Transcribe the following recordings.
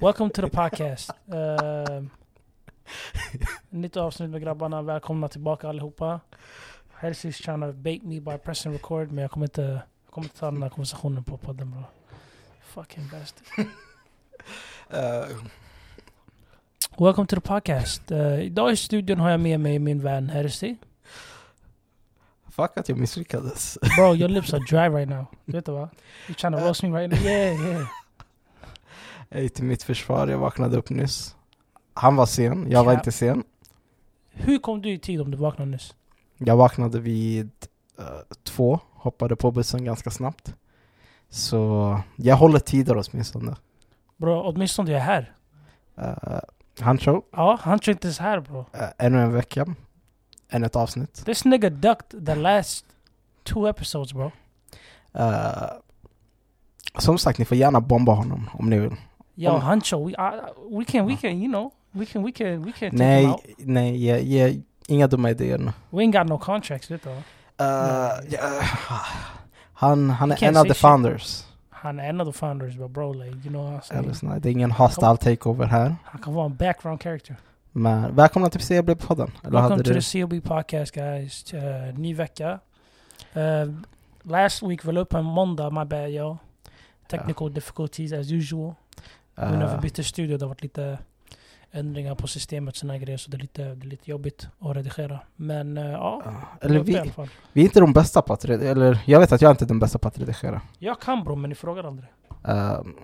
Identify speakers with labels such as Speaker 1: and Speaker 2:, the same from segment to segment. Speaker 1: Welcome to the podcast. Eh, nytt avsnitt med grabbarna. Välkomna tillbaka allihopa. Hellsys trying to bait me by pressing record men jag kommer inte, jag kommer inte ta den här konversationen på podden bro. Fucking best.
Speaker 2: Eh,
Speaker 1: Welcome to the podcast. Eh, idag i studion har jag med mig min vän Hersey.
Speaker 2: fuck att jag misslyckades.
Speaker 1: Bro, your lips are dry right now. Du vet det va? You're trying to roast me right now. Yeah, yeah.
Speaker 2: Ey, till mitt försvar, jag vaknade upp nyss. Han var sen, jag var
Speaker 1: Ja.
Speaker 2: inte sen.
Speaker 1: Hur kom du i tid om du vaknade nyss?
Speaker 2: Jag vaknade vid eh, två, hoppade på bussen ganska snabbt. Så jag håller tider åtminstone.
Speaker 1: Bro, åtminstone jag är här.
Speaker 2: Uh, Hancho,
Speaker 1: Ja, han tror inte ens här bro.
Speaker 2: eh, ännu en vecka, ännu ett avsnitt.
Speaker 1: This nigga ducked the last two episodes bro.
Speaker 2: Eh, som sagt, ni får gärna bomba honom om ni vill.
Speaker 1: Yo,
Speaker 2: Om-
Speaker 1: Huncho, we, I, we can, we can, you know, we can, we can, we can take
Speaker 2: Nej,
Speaker 1: him out.
Speaker 2: nej, jag, jag, inga dumma idéer nu.
Speaker 1: We ain't got no contracts, vet du. va?
Speaker 2: Eh, ja, han, han är
Speaker 1: Can't
Speaker 2: en av
Speaker 1: say
Speaker 2: the
Speaker 1: shit.
Speaker 2: founders.
Speaker 1: Han är en av the founders, but bro, like, you know what I'm saying?
Speaker 2: Eller snarare, det är ingen hostile takeover här.
Speaker 1: Han kan vara en background character.
Speaker 2: Men välkomna till CB-podden. Eller hade
Speaker 1: Welcome to
Speaker 2: du...
Speaker 1: the CLB podcast guys. Eh, ny vecka. Eh, last week vi la upp en måndag, my bad yo. Technical difficulties as usual. Nu när vi
Speaker 2: eh,
Speaker 1: bytte studio, det har varit lite ändringar på systemet och såna här grejer, så det är lite, det är lite jobbigt att redigera. Men eh, ja,
Speaker 2: eh,
Speaker 1: vi la
Speaker 2: eller
Speaker 1: upp det i alla
Speaker 2: vi,
Speaker 1: fall.
Speaker 2: vi är inte de bästa på att redigera. Eller jag vet att jag inte är den bästa på att redigera.
Speaker 1: Jag kan bro, men ni frågar aldrig.
Speaker 2: Ehm,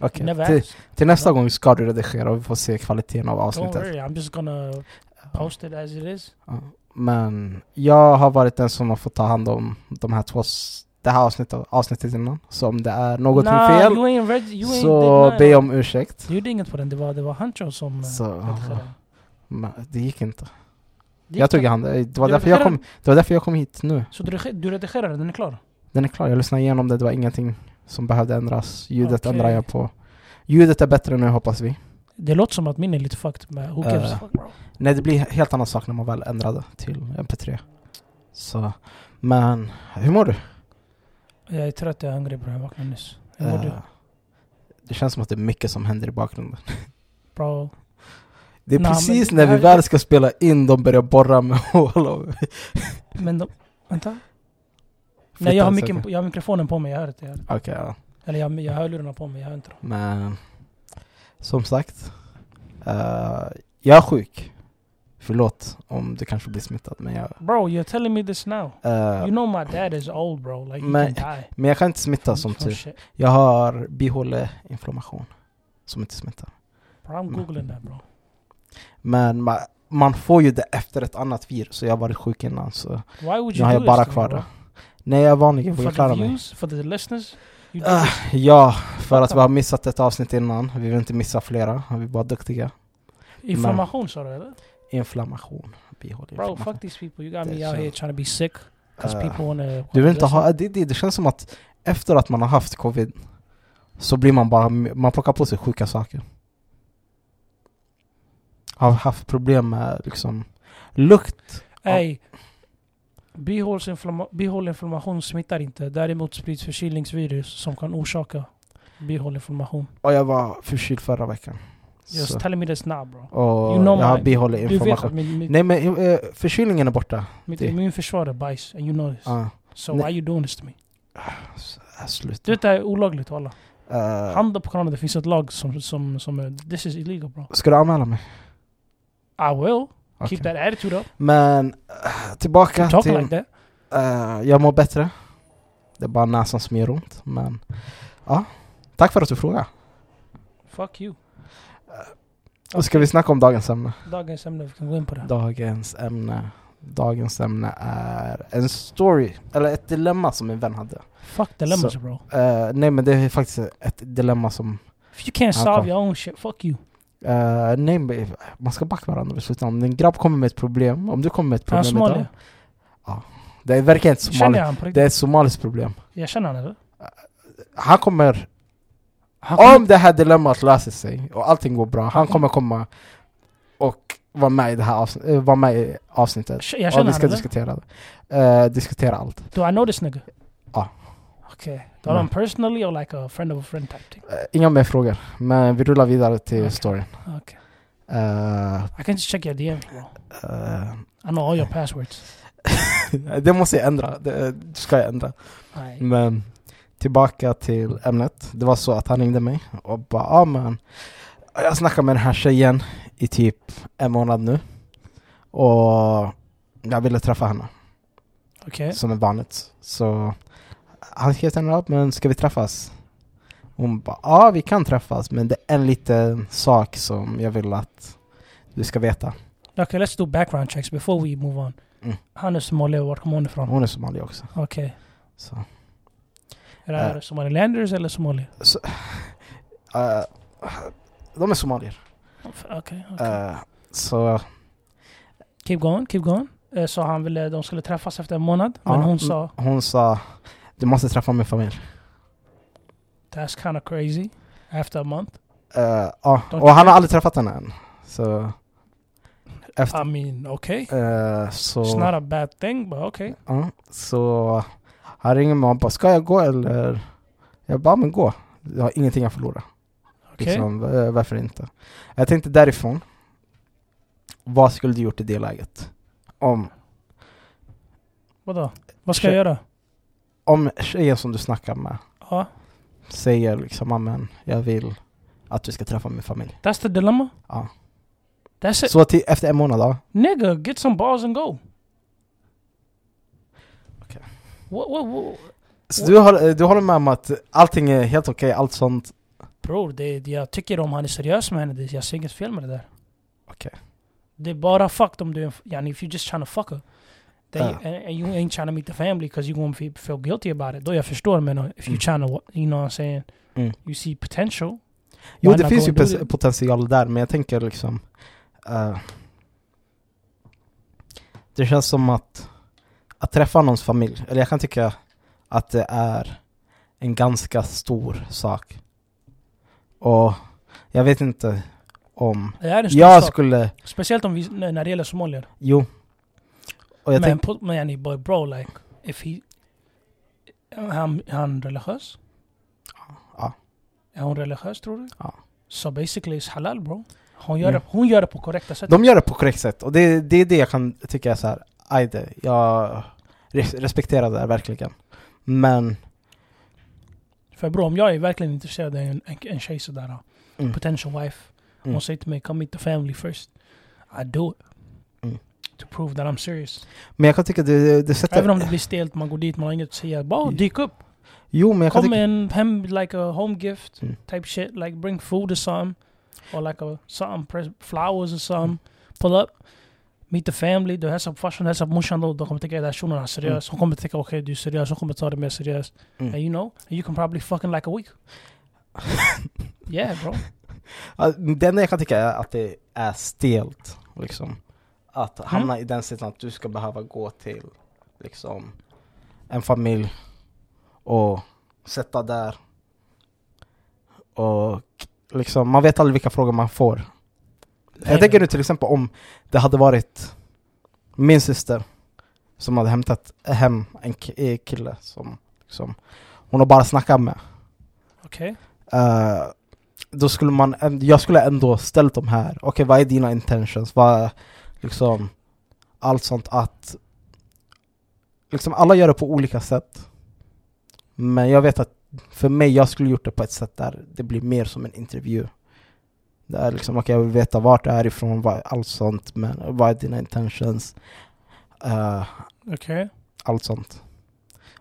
Speaker 2: Okej,
Speaker 1: Never
Speaker 2: till,
Speaker 1: ask.
Speaker 2: till nästa gång ska du redigera och vi får se kvaliteten av
Speaker 1: Don't
Speaker 2: avsnittet.
Speaker 1: worry, I'm just gonna post it as it is.
Speaker 2: Ja, Men jag har varit den som har fått ta hand om de här två, s- det här avsnittet, avsnittet innan. Så om det är någonting
Speaker 1: Nah,
Speaker 2: fel
Speaker 1: you ain't read, you ain't
Speaker 2: så
Speaker 1: did
Speaker 2: be
Speaker 1: nothing.
Speaker 2: om ursäkt.
Speaker 1: Du gjorde inget på den, det var, det var Huncho som... eh,
Speaker 2: Så,
Speaker 1: redigerade.
Speaker 2: men det gick inte.
Speaker 1: Det
Speaker 2: Jag
Speaker 1: gick
Speaker 2: tog i
Speaker 1: bra.
Speaker 2: hand. Det var,
Speaker 1: Du
Speaker 2: därför jag
Speaker 1: redigerar
Speaker 2: kom, det var därför jag kom hit nu.
Speaker 1: Så du, reg- du redigerade, den är klar?
Speaker 2: Den är klar, jag lyssnade igenom det, det var ingenting som behövde ändras. Ljudet
Speaker 1: Okej.
Speaker 2: ändrar jag på. Ljudet är bättre nu hoppas vi.
Speaker 1: Det låter som att min är lite fucked, men who gives a
Speaker 2: Eh.
Speaker 1: fuck bro?
Speaker 2: Nej, det blir helt annan sak när man väl ändrar det till MP3. Så, men hur mår du?
Speaker 1: Jag är trött, jag är hungrig bro, jag vaknade nyss. Hur mår du?
Speaker 2: Eh, det känns som att det är mycket som händer i bakgrunden.
Speaker 1: Bro,
Speaker 2: Det är
Speaker 1: Nej, men
Speaker 2: precis
Speaker 1: det-
Speaker 2: när vi
Speaker 1: jag-
Speaker 2: väl ska spela in de börjar borra med hål och...
Speaker 1: men de, Vänta?
Speaker 2: Flytta
Speaker 1: Nej jag har,
Speaker 2: en
Speaker 1: micken,
Speaker 2: second.
Speaker 1: på- jag har mikrofonen på mig, jag hör inte. jag hör-
Speaker 2: Okej, ja.
Speaker 1: Eller jag, jag har hörlurarna på mig, jag hör inte dem.
Speaker 2: Men som sagt, eh, jag är sjuk. Förlåt om du kanske blir smittad, men jag...
Speaker 1: Bro, you're telling me this now.
Speaker 2: eh,
Speaker 1: You know my dad is old bro, like he
Speaker 2: Men-
Speaker 1: can die.
Speaker 2: Men jag kan inte smitta som
Speaker 1: from
Speaker 2: tur
Speaker 1: shit.
Speaker 2: Jag har bihåleinflammation som inte smittar.
Speaker 1: Bro, I'm
Speaker 2: Mm.
Speaker 1: googling that bro.
Speaker 2: Men man, man får ju det efter ett annat virus, så jag har varit sjuk innan. Så
Speaker 1: Why would
Speaker 2: nu
Speaker 1: you
Speaker 2: har
Speaker 1: do
Speaker 2: jag
Speaker 1: this
Speaker 2: bara
Speaker 1: to me,
Speaker 2: kvar
Speaker 1: bro?
Speaker 2: det. Nej, jag är vanlig, jag vågar
Speaker 1: For the
Speaker 2: klara mig.
Speaker 1: views, for the listeners, you did
Speaker 2: Ah,
Speaker 1: this.
Speaker 2: ja, för att vi har missat ett avsnitt innan. Vi vill inte missa flera, vi är bara duktiga.
Speaker 1: information sa du eller?
Speaker 2: Inflammation,
Speaker 1: Bro,
Speaker 2: bihåleinflammation.
Speaker 1: fuck these people. You got me
Speaker 2: Det är
Speaker 1: out
Speaker 2: så.
Speaker 1: here trying to be sick. Cause
Speaker 2: Ah,
Speaker 1: people wanna...
Speaker 2: du vill inte ha, det, det, det känns som att efter att man har haft covid så blir man bara, man plockar på sig sjuka saker. Har haft problem med liksom lukt.
Speaker 1: Ey. bihålsinflamma- Bihåleinflammation smittar inte. Däremot sprids förkylningsvirus som kan orsaka bihåleinflammation.
Speaker 2: Och jag var förkyld förra veckan. Så.
Speaker 1: Just tell me this now bro.
Speaker 2: Och
Speaker 1: You know
Speaker 2: jag har
Speaker 1: my-
Speaker 2: behållit
Speaker 1: Du vet
Speaker 2: information.
Speaker 1: att min, min,
Speaker 2: Nej men eh, förkylningen är borta.
Speaker 1: mitt
Speaker 2: det-
Speaker 1: immunförsvar är bajs. And you know this.
Speaker 2: Ah,
Speaker 1: So
Speaker 2: nej.
Speaker 1: why you doing this to me?
Speaker 2: s- äh, slut.
Speaker 1: Du vet det här är olagligt walla.
Speaker 2: Eh,
Speaker 1: Handen på kranen, det finns ett lag som, som, som är... This is illegal bro.
Speaker 2: ska du anmäla mig?
Speaker 1: I will.
Speaker 2: Okej.
Speaker 1: Keep that attitude up.
Speaker 2: Men eh, tillbaka
Speaker 1: Talk
Speaker 2: till...
Speaker 1: like that.
Speaker 2: eh, jag mår bättre. Det är bara näsan som gör ont. Men ja, tack för att du frågade.
Speaker 1: Fuck you.
Speaker 2: Och ska vi snacka om dagens ämne?
Speaker 1: Dagens ämne, vi kan gå in på det.
Speaker 2: Dagens ämne. Dagens ämne är en story, eller ett dilemma som min vän hade.
Speaker 1: Fuck dilemmas bro.
Speaker 2: Eh, nej men det är faktiskt ett dilemma som
Speaker 1: If you can't
Speaker 2: Han
Speaker 1: solve
Speaker 2: kom.
Speaker 1: your own shit, fuck you.
Speaker 2: Eh, nej, men man ska backa varandra i slutändan. Om din grabb kommer med ett problem, om du kommer med ett
Speaker 1: Är han
Speaker 2: problem idag.
Speaker 1: somalier?
Speaker 2: Det verkar inte
Speaker 1: eh, Känner
Speaker 2: somaliskt.
Speaker 1: jag han på
Speaker 2: Det är
Speaker 1: riktigt?
Speaker 2: ett somaliskt problem.
Speaker 1: Jag känner han eller?
Speaker 2: Han kommer,
Speaker 1: Han kommer-
Speaker 2: om det här dilemmat löser sig och allting går bra, han kommer komma och vara med i det här avsnittet. Vara med i avsnittet.
Speaker 1: Sh- Jag
Speaker 2: Och
Speaker 1: känner
Speaker 2: vi
Speaker 1: han
Speaker 2: ska
Speaker 1: eller?
Speaker 2: diskutera det. Eh, diskutera allt.
Speaker 1: Do I know this nigga?
Speaker 2: Ja.
Speaker 1: Okej. Tar de personally or like a friend of a friend type thing?
Speaker 2: Eh, Inga mer frågor, men vi rullar vidare till
Speaker 1: Okej.
Speaker 2: storyn.
Speaker 1: Okej.
Speaker 2: Eh,
Speaker 1: I can just check your DMs bro.
Speaker 2: eh,
Speaker 1: I know all your passwords.
Speaker 2: det måste jag ändra, det eh, det ska jag ändra.
Speaker 1: Nej.
Speaker 2: Men tillbaka till ämnet. Det var så att han ringde mig och bara ah, men jag snackar med den här tjejen i typ en månad nu. Och jag ville träffa henne
Speaker 1: Okej.
Speaker 2: som är vanligt. Så han skrev till henne upp, men ska vi träffas? Hon bara ja vi kan träffas men det är en liten sak som jag vill att du ska veta.
Speaker 1: Okay, let's do background checks before we move on.
Speaker 2: Mm.
Speaker 1: Han är somalier, var kommer hon ifrån?
Speaker 2: Hon är somalier också.
Speaker 1: Okej.
Speaker 2: Så.
Speaker 1: Är det här
Speaker 2: Eh.
Speaker 1: somaliländers eller somalier?
Speaker 2: eh, de är somalier.
Speaker 1: Okej, okej.
Speaker 2: Eh, så
Speaker 1: Keep going, keep going. Eh, Så han ville, de skulle träffas efter en månad. Men
Speaker 2: Ja,
Speaker 1: hon
Speaker 2: mm.
Speaker 1: sa,
Speaker 2: hon sa du måste träffa min familj.
Speaker 1: that's kind of crazy. After a month.
Speaker 2: Eh, ja,
Speaker 1: De
Speaker 2: och han har aldrig träffat henne än. Så... Efter,
Speaker 1: I mean, okej.
Speaker 2: eh, så...
Speaker 1: It's not a bad thing, but okay.
Speaker 2: ja, så han ringer mig och bara, ska jag gå eller? Jag bara, men gå. Jag har ingenting att förlora.
Speaker 1: Okej.
Speaker 2: Liksom, eh, varför inte? Jag tänkte därifrån, vad skulle du gjort i det läget? Om,
Speaker 1: Vadå? Vad ska jag
Speaker 2: Kö-
Speaker 1: göra?
Speaker 2: om tjejen som du snackar med
Speaker 1: Ja.
Speaker 2: säger liksom, "Ja, men jag vill att du ska träffa min familj.
Speaker 1: That's the dilemma?
Speaker 2: Ja.
Speaker 1: That's it.
Speaker 2: Så till, efter en månad, ja.
Speaker 1: Nigga, get some balls and go.
Speaker 2: Okej.
Speaker 1: What, what, what?
Speaker 2: Så du, håller- du håller med om att allting är helt okej, allt sånt
Speaker 1: Bror, det, det- jag tycker om han är seriös med henne. det- Jag ser inget fel med det där.
Speaker 2: Okej.
Speaker 1: Det är bara fucked om du är en... Yani if you're just trying to fuck her. Then
Speaker 2: Ja.
Speaker 1: you, and, and you ain't trying to meet the family because you gonna feel, feel guilty about it. Då jag förstår men uh, if you
Speaker 2: Mm.
Speaker 1: trying to, you know what I'm saying?
Speaker 2: Mm.
Speaker 1: You see potential.
Speaker 2: Jo,
Speaker 1: Why
Speaker 2: det
Speaker 1: not
Speaker 2: finns
Speaker 1: go
Speaker 2: ju
Speaker 1: and do
Speaker 2: pos-
Speaker 1: it?
Speaker 2: potential där, men jag tänker liksom... eh, det känns som att, att träffa någons familj, eller jag kan tycka att det är en ganska stor sak. Och jag vet inte om...
Speaker 1: Det är en stor
Speaker 2: Jag
Speaker 1: sak.
Speaker 2: skulle...
Speaker 1: Speciellt om vi, när när det gäller somalier.
Speaker 2: Jo. Och jag
Speaker 1: Men,
Speaker 2: tänk,
Speaker 1: put, men yani, but bro like, if he... Är han, är han religiös?
Speaker 2: Ja.
Speaker 1: Är hon religiös tror du?
Speaker 2: Ja.
Speaker 1: Så basically it's halal bro. Hon gör,
Speaker 2: Mm.
Speaker 1: det, hon gör det på korrekta sättet.
Speaker 2: de gör det på korrekt sätt, och det, det är det jag kan tycka är så här, aj det, jag res- respekterar det här verkligen. Men...
Speaker 1: För bror, om jag är verkligen intresserad av en, en, en tjej sådär,
Speaker 2: Mm.
Speaker 1: potential wife. Hon
Speaker 2: Mm.
Speaker 1: säger till mig, come meet the family first. I do it.
Speaker 2: Mm.
Speaker 1: To prove that I'm serious.
Speaker 2: Men jag Mm. kan tycka det, det sätter...
Speaker 1: Även om det blir stelt, man går dit, man har inget att säga. Bara dyk upp.
Speaker 2: Jo, men jag kan
Speaker 1: Kom
Speaker 2: tycka...
Speaker 1: med en hem, like a home gift
Speaker 2: Mm.
Speaker 1: type shit. Like bring food or something. Or like a something, pres- flowers or
Speaker 2: Mm.
Speaker 1: something. Pull up. Meet the family. Du hälsar på farsan, hälsar på morsan. då. De kommer tänka att den här shunon är seriös. Hon kommer tänka okej du är seriös. Hon kommer ta det mer seriöst.
Speaker 2: Mm.
Speaker 1: And you know, you can probably fucking like a week. yeah bro.
Speaker 2: Ja, Det enda jag kan tycka är att det är stelt, liksom. Att
Speaker 1: Mm.
Speaker 2: hamna i den sitsen att du ska behöva gå till, liksom, en familj och sätta där. Och liksom, man vet aldrig vilka frågor man får.
Speaker 1: Nej,
Speaker 2: Jag tänker
Speaker 1: men-
Speaker 2: nu till exempel om det hade varit min syster som hade hämtat hem en ki- eh, kille som liksom, hon har bara snackat med.
Speaker 1: Okej.
Speaker 2: Eh, då skulle man, änd- jag skulle ändå ställt de här, okej vad är dina intentions? Vad, liksom, allt sånt att, liksom alla gör det på olika sätt. Men jag vet att för mig, jag skulle gjort det på ett sätt där det blir mer som en intervju. Det är liksom, okej jag vill veta vart du är ifrån, vad, allt sånt, men vad är dina intentions? Eh,
Speaker 1: Okej.
Speaker 2: allt sånt.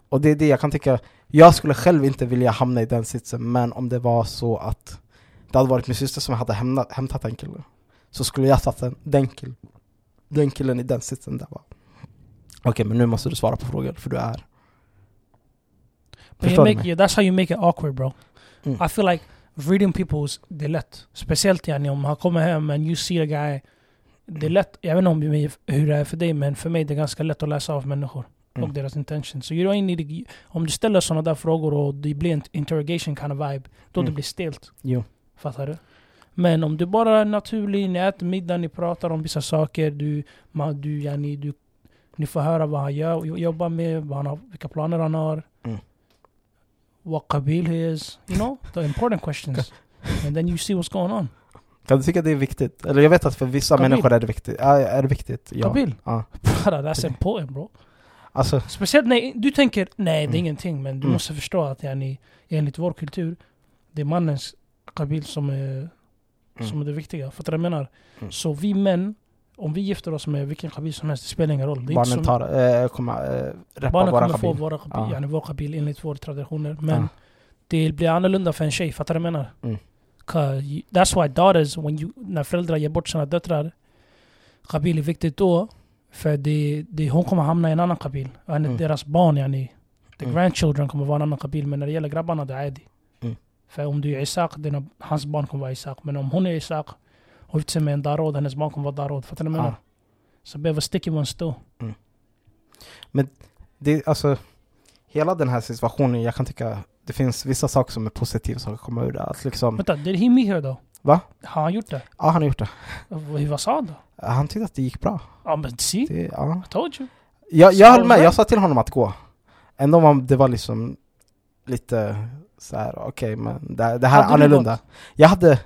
Speaker 2: Och det är det jag kan tycka, jag skulle själv inte vilja hamna i den sitsen, men om det var så att det hade varit min syster som hade hämnat, hämtat en kille, så skulle jag satt den, den, kill, den killen i den sitsen där bara. Okej, men nu måste du svara på frågor, för du är...
Speaker 1: Men
Speaker 2: Förstår
Speaker 1: you
Speaker 2: du
Speaker 1: make-
Speaker 2: mig?
Speaker 1: yeah, That's how you make it awkward bro.
Speaker 2: Mm.
Speaker 1: I feel like reading people's, det är lätt. Speciellt yani om han kommer hem and you see a guy. Det är lätt, jag vet inte om det är- hur det är för dig men för mig det är ganska lätt att läsa av människor.
Speaker 2: Mm.
Speaker 1: Och deras intention. Så you don't need to, om du ställer sådana där frågor och det blir en interrogation kind of vibe. Då det
Speaker 2: Mm.
Speaker 1: blir stelt.
Speaker 2: Jo.
Speaker 1: Fattar du? Men om du bara är naturlig, ni äter middag, ni pratar om vissa saker. Du, man, du, yani, du, ni får höra vad han gör, jobbar med, vad han har, vilka planer han har.
Speaker 2: Mm.
Speaker 1: what qabil he is. You know, the important questions. And then you see what's going on.
Speaker 2: Kan du tycka det är viktigt? Eller jag vet att för vissa
Speaker 1: Kabil.
Speaker 2: människor är det viktigt. Ja, är det viktigt? Ja.
Speaker 1: Qabil.
Speaker 2: Ja.
Speaker 1: Brada, that's important bro.
Speaker 2: Alltså,
Speaker 1: Speciellt när du tänker, nej det är
Speaker 2: Mm.
Speaker 1: ingenting. Men du
Speaker 2: Mm.
Speaker 1: måste förstå att yani, enligt vår kultur, det är mannens qabil som är, Mm. som är det viktiga. Fattar du vad jag menar?
Speaker 2: Mm.
Speaker 1: Så vi män, om vi gifter oss med vilken qabil som helst, det spelar ingen roll. Det är inte
Speaker 2: barnen
Speaker 1: som-
Speaker 2: tar, eh, kommer eh, reppa
Speaker 1: Barnen
Speaker 2: våra
Speaker 1: kommer få
Speaker 2: kabil.
Speaker 1: våra,
Speaker 2: Ja.
Speaker 1: ja. yani vår kabil enligt våra traditioner. Men
Speaker 2: Ja.
Speaker 1: det blir annorlunda för en tjej, fattar du vad jag menar?
Speaker 2: Mm.
Speaker 1: 'Cause you- That's why daughters, when you, när föräldrar ger bort sina döttrar, kabil är viktigt då. För det, det, hon kommer hamna i en annan kabil. Yani
Speaker 2: Mm.
Speaker 1: Deras barn, yani, the
Speaker 2: Mm.
Speaker 1: grandchildren kommer vara en annan kabil. Men när det gäller grabbarna, det är det.
Speaker 2: Mm.
Speaker 1: För om du är Isak, dina, hans barn kommer vara Isak. Men om hon är Isak och gifter sig med en Darod, hennes barn kommer vara Darod. Fattar du vad jag
Speaker 2: Ja.
Speaker 1: menar? Så behöver stick i one stå.
Speaker 2: Det, alltså, hela den här situationen, jag kan tycka det finns vissa saker som är positiva som kan komma ur det. Att liksom,
Speaker 1: Mm. Vänta, did he meet her då?
Speaker 2: Va?
Speaker 1: Har han gjort det?
Speaker 2: ja han har gjort det.
Speaker 1: Vad vad sa han då?
Speaker 2: Han tyckte att det gick bra.
Speaker 1: Ja men see,
Speaker 2: Det, ja.
Speaker 1: I told you.
Speaker 2: Jag,
Speaker 1: Så
Speaker 2: jag
Speaker 1: var
Speaker 2: höll
Speaker 1: det
Speaker 2: med,
Speaker 1: bra.
Speaker 2: jag sa till honom att gå. Ändå var det var liksom lite så här, okej men det, det här är
Speaker 1: Hade ni
Speaker 2: annorlunda.
Speaker 1: gått?
Speaker 2: Jag hade,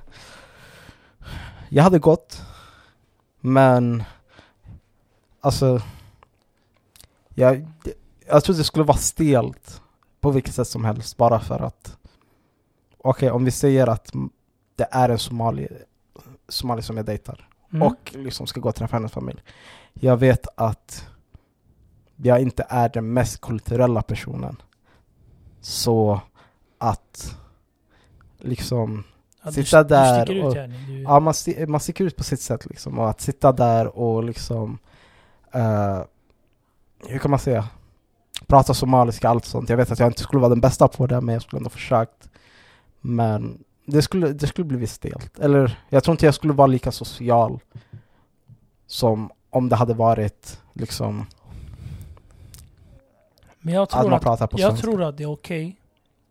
Speaker 2: jag hade gått, men alltså, jag, jag tror det skulle vara stelt på vilket sätt som helst bara för att, okej om vi säger att det är en somalier, somalier som jag dejtar
Speaker 1: Mm.
Speaker 2: och liksom ska gå och träffa hennes familj. Jag vet att jag inte är den mest kulturella personen. Så att liksom,
Speaker 1: Ja,
Speaker 2: sitta
Speaker 1: du,
Speaker 2: där
Speaker 1: Du sticker
Speaker 2: och-
Speaker 1: ut yani. Du,
Speaker 2: ja, man, sti- man sticker ut på sitt sätt liksom. Och att sitta där och liksom, eh, hur kan man säga, prata somaliska allt sånt. Jag vet att jag inte skulle vara den bästa på det, men jag skulle ändå försökt. Men det skulle, det skulle bli stelt. Eller jag tror inte jag skulle vara lika social som om det hade varit liksom
Speaker 1: men jag
Speaker 2: att
Speaker 1: tror
Speaker 2: man
Speaker 1: att,
Speaker 2: pratar på
Speaker 1: jag
Speaker 2: svenska.
Speaker 1: tror att det är okej.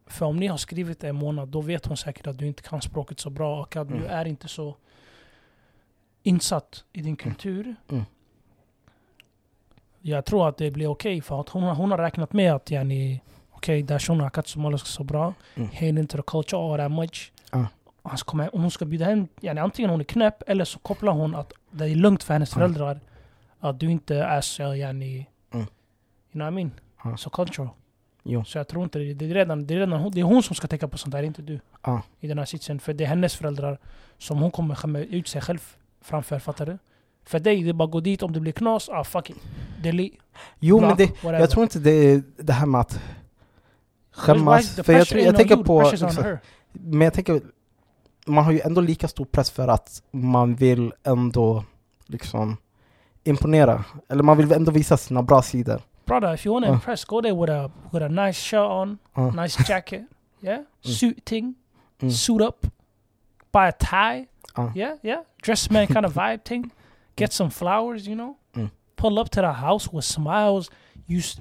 Speaker 1: För om ni har skrivit en månad, då vet hon säkert att du inte kan språket så bra och att du
Speaker 2: Mm.
Speaker 1: är inte så insatt i din kultur.
Speaker 2: Mm.
Speaker 1: Jag tror att det blir okej för att hon, har- hon har räknat med att yani, okej, där shunon har kan somaliska så bra.
Speaker 2: Mm.
Speaker 1: He into the culture all that much.
Speaker 2: Ja.
Speaker 1: Och så kommer, om hon ska bjuda hem, yani, antingen hon är knäpp eller så kopplar hon att det är lugnt för hennes
Speaker 2: Mm.
Speaker 1: föräldrar. Att du inte är så yani,
Speaker 2: Mm.
Speaker 1: you know what I mean?
Speaker 2: Ja.
Speaker 1: Så cultural.
Speaker 2: Jo.
Speaker 1: Så jag tror inte det. Det är redan, det är redan hon, det är hon som ska tänka på sånt där, inte du.
Speaker 2: Ja.
Speaker 1: I den här sitsen. För det är hennes föräldrar som hon kommer skämma ut sig själv framför, fattar du? För dig, det är bara att gå dit om det blir knas, ah fuck it. Delete.
Speaker 2: Jo,
Speaker 1: bla,
Speaker 2: men det,
Speaker 1: whatever.
Speaker 2: jag tror inte det är det här med att skämmas.
Speaker 1: Why- the
Speaker 2: För jag,
Speaker 1: pressure
Speaker 2: tror-
Speaker 1: ain't
Speaker 2: jag
Speaker 1: on
Speaker 2: tänker
Speaker 1: you, the
Speaker 2: på...
Speaker 1: pressure's on
Speaker 2: Liksom,
Speaker 1: her.
Speaker 2: Men jag tänker, man har ju ändå lika stor press för att man vill ändå liksom imponera. Eller man vill ändå visa sina bra sidor.
Speaker 1: Brother, if you want to
Speaker 2: Ja.
Speaker 1: impress, go there with a, with a nice shirt on,
Speaker 2: Ja.
Speaker 1: nice jacket, yeah? Suit thing,
Speaker 2: Uh. Mm. Uh.
Speaker 1: suit up, buy a tie,
Speaker 2: Ja.
Speaker 1: yeah, yeah? Dress man kind of vibe thing, get some flowers, you know?
Speaker 2: Mm.
Speaker 1: Pull up to the house with smiles. You s-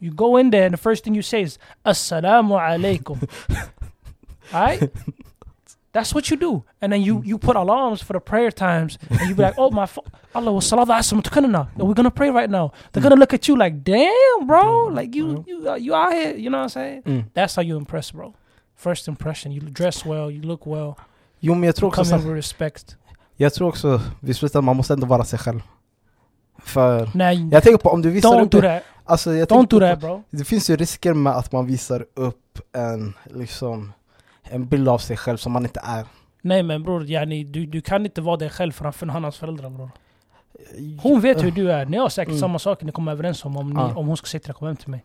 Speaker 1: you go in there and the first thing you say is, Assalamu alaikum. Alright? That's what you do. And then
Speaker 2: Mm.
Speaker 1: you, you put alarms for the prayer times. And you be like, oh, my fa- Allah was salatu asim tukunna. We're going to pray right now. They're
Speaker 2: Mm.
Speaker 1: going to look at you like, damn, bro. Like, you, you, uh, you out here. You know what I'm saying?
Speaker 2: Mm.
Speaker 1: That's how you impress, bro. First impression. You dress well. You look well.
Speaker 2: Jo, men jag tror,
Speaker 1: You
Speaker 2: också,
Speaker 1: come in with respect.
Speaker 2: jag tror också vid slutet man måste ändå vara sig själv. För
Speaker 1: Now,
Speaker 2: jag tänker på om du visar
Speaker 1: don't
Speaker 2: upp...
Speaker 1: do that.
Speaker 2: Alltså,
Speaker 1: Don't
Speaker 2: jag tänker
Speaker 1: do
Speaker 2: på-
Speaker 1: that, bro.
Speaker 2: Det finns ju risker med att man visar upp en, liksom, en bild av sig själv som man inte är.
Speaker 1: Nej men bror, yani, du, du kan inte vara dig själv framför någon annans föräldrar bror. Hon vet hur du är, ni har säkert
Speaker 2: Mm.
Speaker 1: samma saker ni kommer överens om om, ni,
Speaker 2: Ja.
Speaker 1: om hon ska säga till dig kom hem till mig.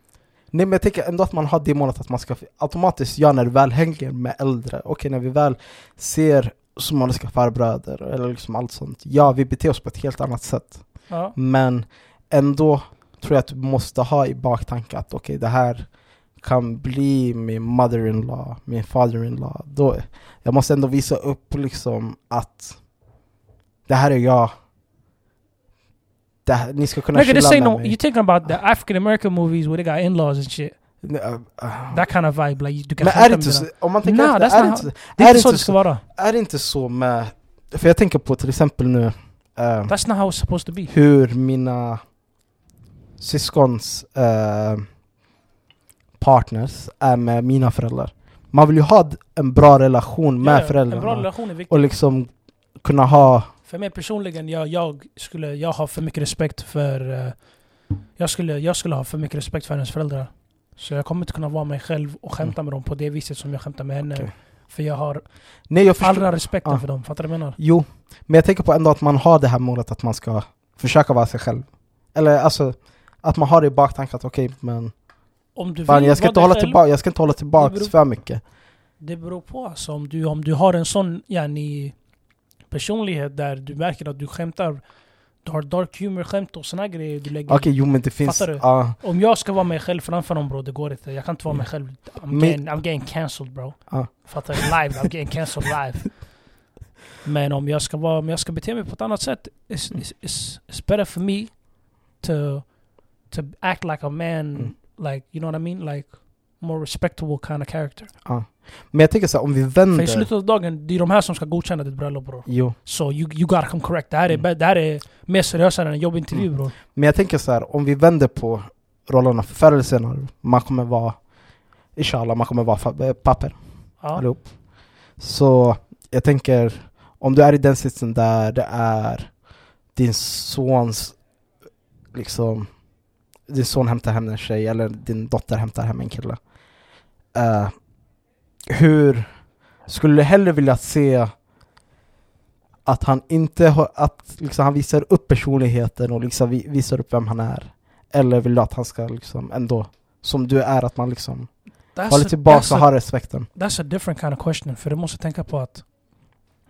Speaker 2: Nej men jag tänker ändå att man har det målet att man ska automatiskt, ja när du väl hänger med äldre, okej när vi väl ser somaliska farbröder eller liksom allt sånt, ja vi beter oss på ett helt annat sätt.
Speaker 1: Ja.
Speaker 2: Men ändå tror jag att du måste ha i baktanke att okej det här kan bli min mother-in-law, min father-in-law. Då, jag måste ändå visa upp liksom att det här är jag. Det här, ni ska kunna
Speaker 1: Nigga, this ain't
Speaker 2: chilla
Speaker 1: no,
Speaker 2: med
Speaker 1: you
Speaker 2: mig.
Speaker 1: thinking about the African American movies where they got in-laws and shit.
Speaker 2: Nej, äh, äh.
Speaker 1: That kind of vibe, like you- du kan
Speaker 2: Men är det
Speaker 1: med
Speaker 2: inte
Speaker 1: dina-
Speaker 2: så, om man tänker
Speaker 1: Nah,
Speaker 2: efter,
Speaker 1: that's
Speaker 2: är det
Speaker 1: not
Speaker 2: inte så?
Speaker 1: Det är
Speaker 2: Är
Speaker 1: inte
Speaker 2: det
Speaker 1: så
Speaker 2: inte
Speaker 1: det ska
Speaker 2: så-
Speaker 1: vara.
Speaker 2: är det inte så med... För jag tänker på till exempel nu eh,
Speaker 1: That's not how it's supposed to be.
Speaker 2: hur mina syskons eh, partners är med mina föräldrar. Man vill ju ha d- en bra relation med
Speaker 1: Ja, ja, En bra
Speaker 2: föräldrarna.
Speaker 1: relation är viktig.
Speaker 2: Och liksom kunna ha...
Speaker 1: För mig personligen, jag, jag, skulle, jag har för mycket respekt för... eh, jag, skulle, jag skulle ha för mycket respekt för hennes föräldrar. Så jag kommer inte kunna vara mig själv och skämta med dem på det viset som jag skämtar med henne.
Speaker 2: Mm. Okej. Ah.
Speaker 1: För jag har
Speaker 2: Nej jag förstår.
Speaker 1: allra respekten
Speaker 2: Ja.
Speaker 1: för dem, fattar du vad jag menar?
Speaker 2: Jo, men jag tänker på ändå att man har det här målet att man ska försöka vara sig själv. Eller alltså, att man har det i baktanken att okej, men
Speaker 1: Om du
Speaker 2: fan,
Speaker 1: vill
Speaker 2: jag, ska
Speaker 1: vara
Speaker 2: inte
Speaker 1: dig
Speaker 2: hålla
Speaker 1: själv,
Speaker 2: tillbaka, jag ska inte hålla tillbaka
Speaker 1: beror-
Speaker 2: för mycket.
Speaker 1: Det beror på alltså, om du, om du har en sån yani, personlighet där du märker att du skämtar du har dark humor-skämt och såna grejer du lägger
Speaker 2: Okej, jo men det finns...
Speaker 1: Fattar du?
Speaker 2: Ja,
Speaker 1: Om jag ska vara mig själv framför någon bro, det går inte. Jag kan inte vara mig själv. I'm,
Speaker 2: Men-
Speaker 1: getting, I'm getting cancelled bro.
Speaker 2: Ja.
Speaker 1: Fattar du? Live, I'm getting cancelled live. Men om jag ska, vara, om jag ska bete mig på ett annat sätt, it's,
Speaker 2: Mm.
Speaker 1: it's, it's, it's better for me to, to act like a man,
Speaker 2: Mm.
Speaker 1: like, you know what I mean? Like, more respectable kind of character.
Speaker 2: men jag tänker så här, om vi
Speaker 1: För i
Speaker 2: vänder...
Speaker 1: slutet av dagen, det är de här som ska godkänna ditt bröllop bror.
Speaker 2: Jo,
Speaker 1: Så you, you gotta come correct. Det här är,
Speaker 2: Mm.
Speaker 1: bä- det här är mer seriösare än en jobbintervju
Speaker 2: Mm.
Speaker 1: bror.
Speaker 2: men jag tänker så här, om vi vänder på rollerna förr eller senare, man kommer vara... Inshallah, man kommer vara fa- eh, papper
Speaker 1: Ja.
Speaker 2: allihop. Så jag tänker, om du är i den sitsen där det är din sons, liksom, din son hämtar hem en tjej eller din dotter hämtar hem en kille. Eh, hur skulle du hellre vilja se att han inte har, att liksom han visar upp personligheten och liksom vi, visar upp vem han är? Eller vill du att han ska liksom ändå, som du är, att man liksom
Speaker 1: That's
Speaker 2: håller
Speaker 1: a-
Speaker 2: tillbaka
Speaker 1: that's a-
Speaker 2: och har respekten?
Speaker 1: That's a different kind of question. För du måste tänka på att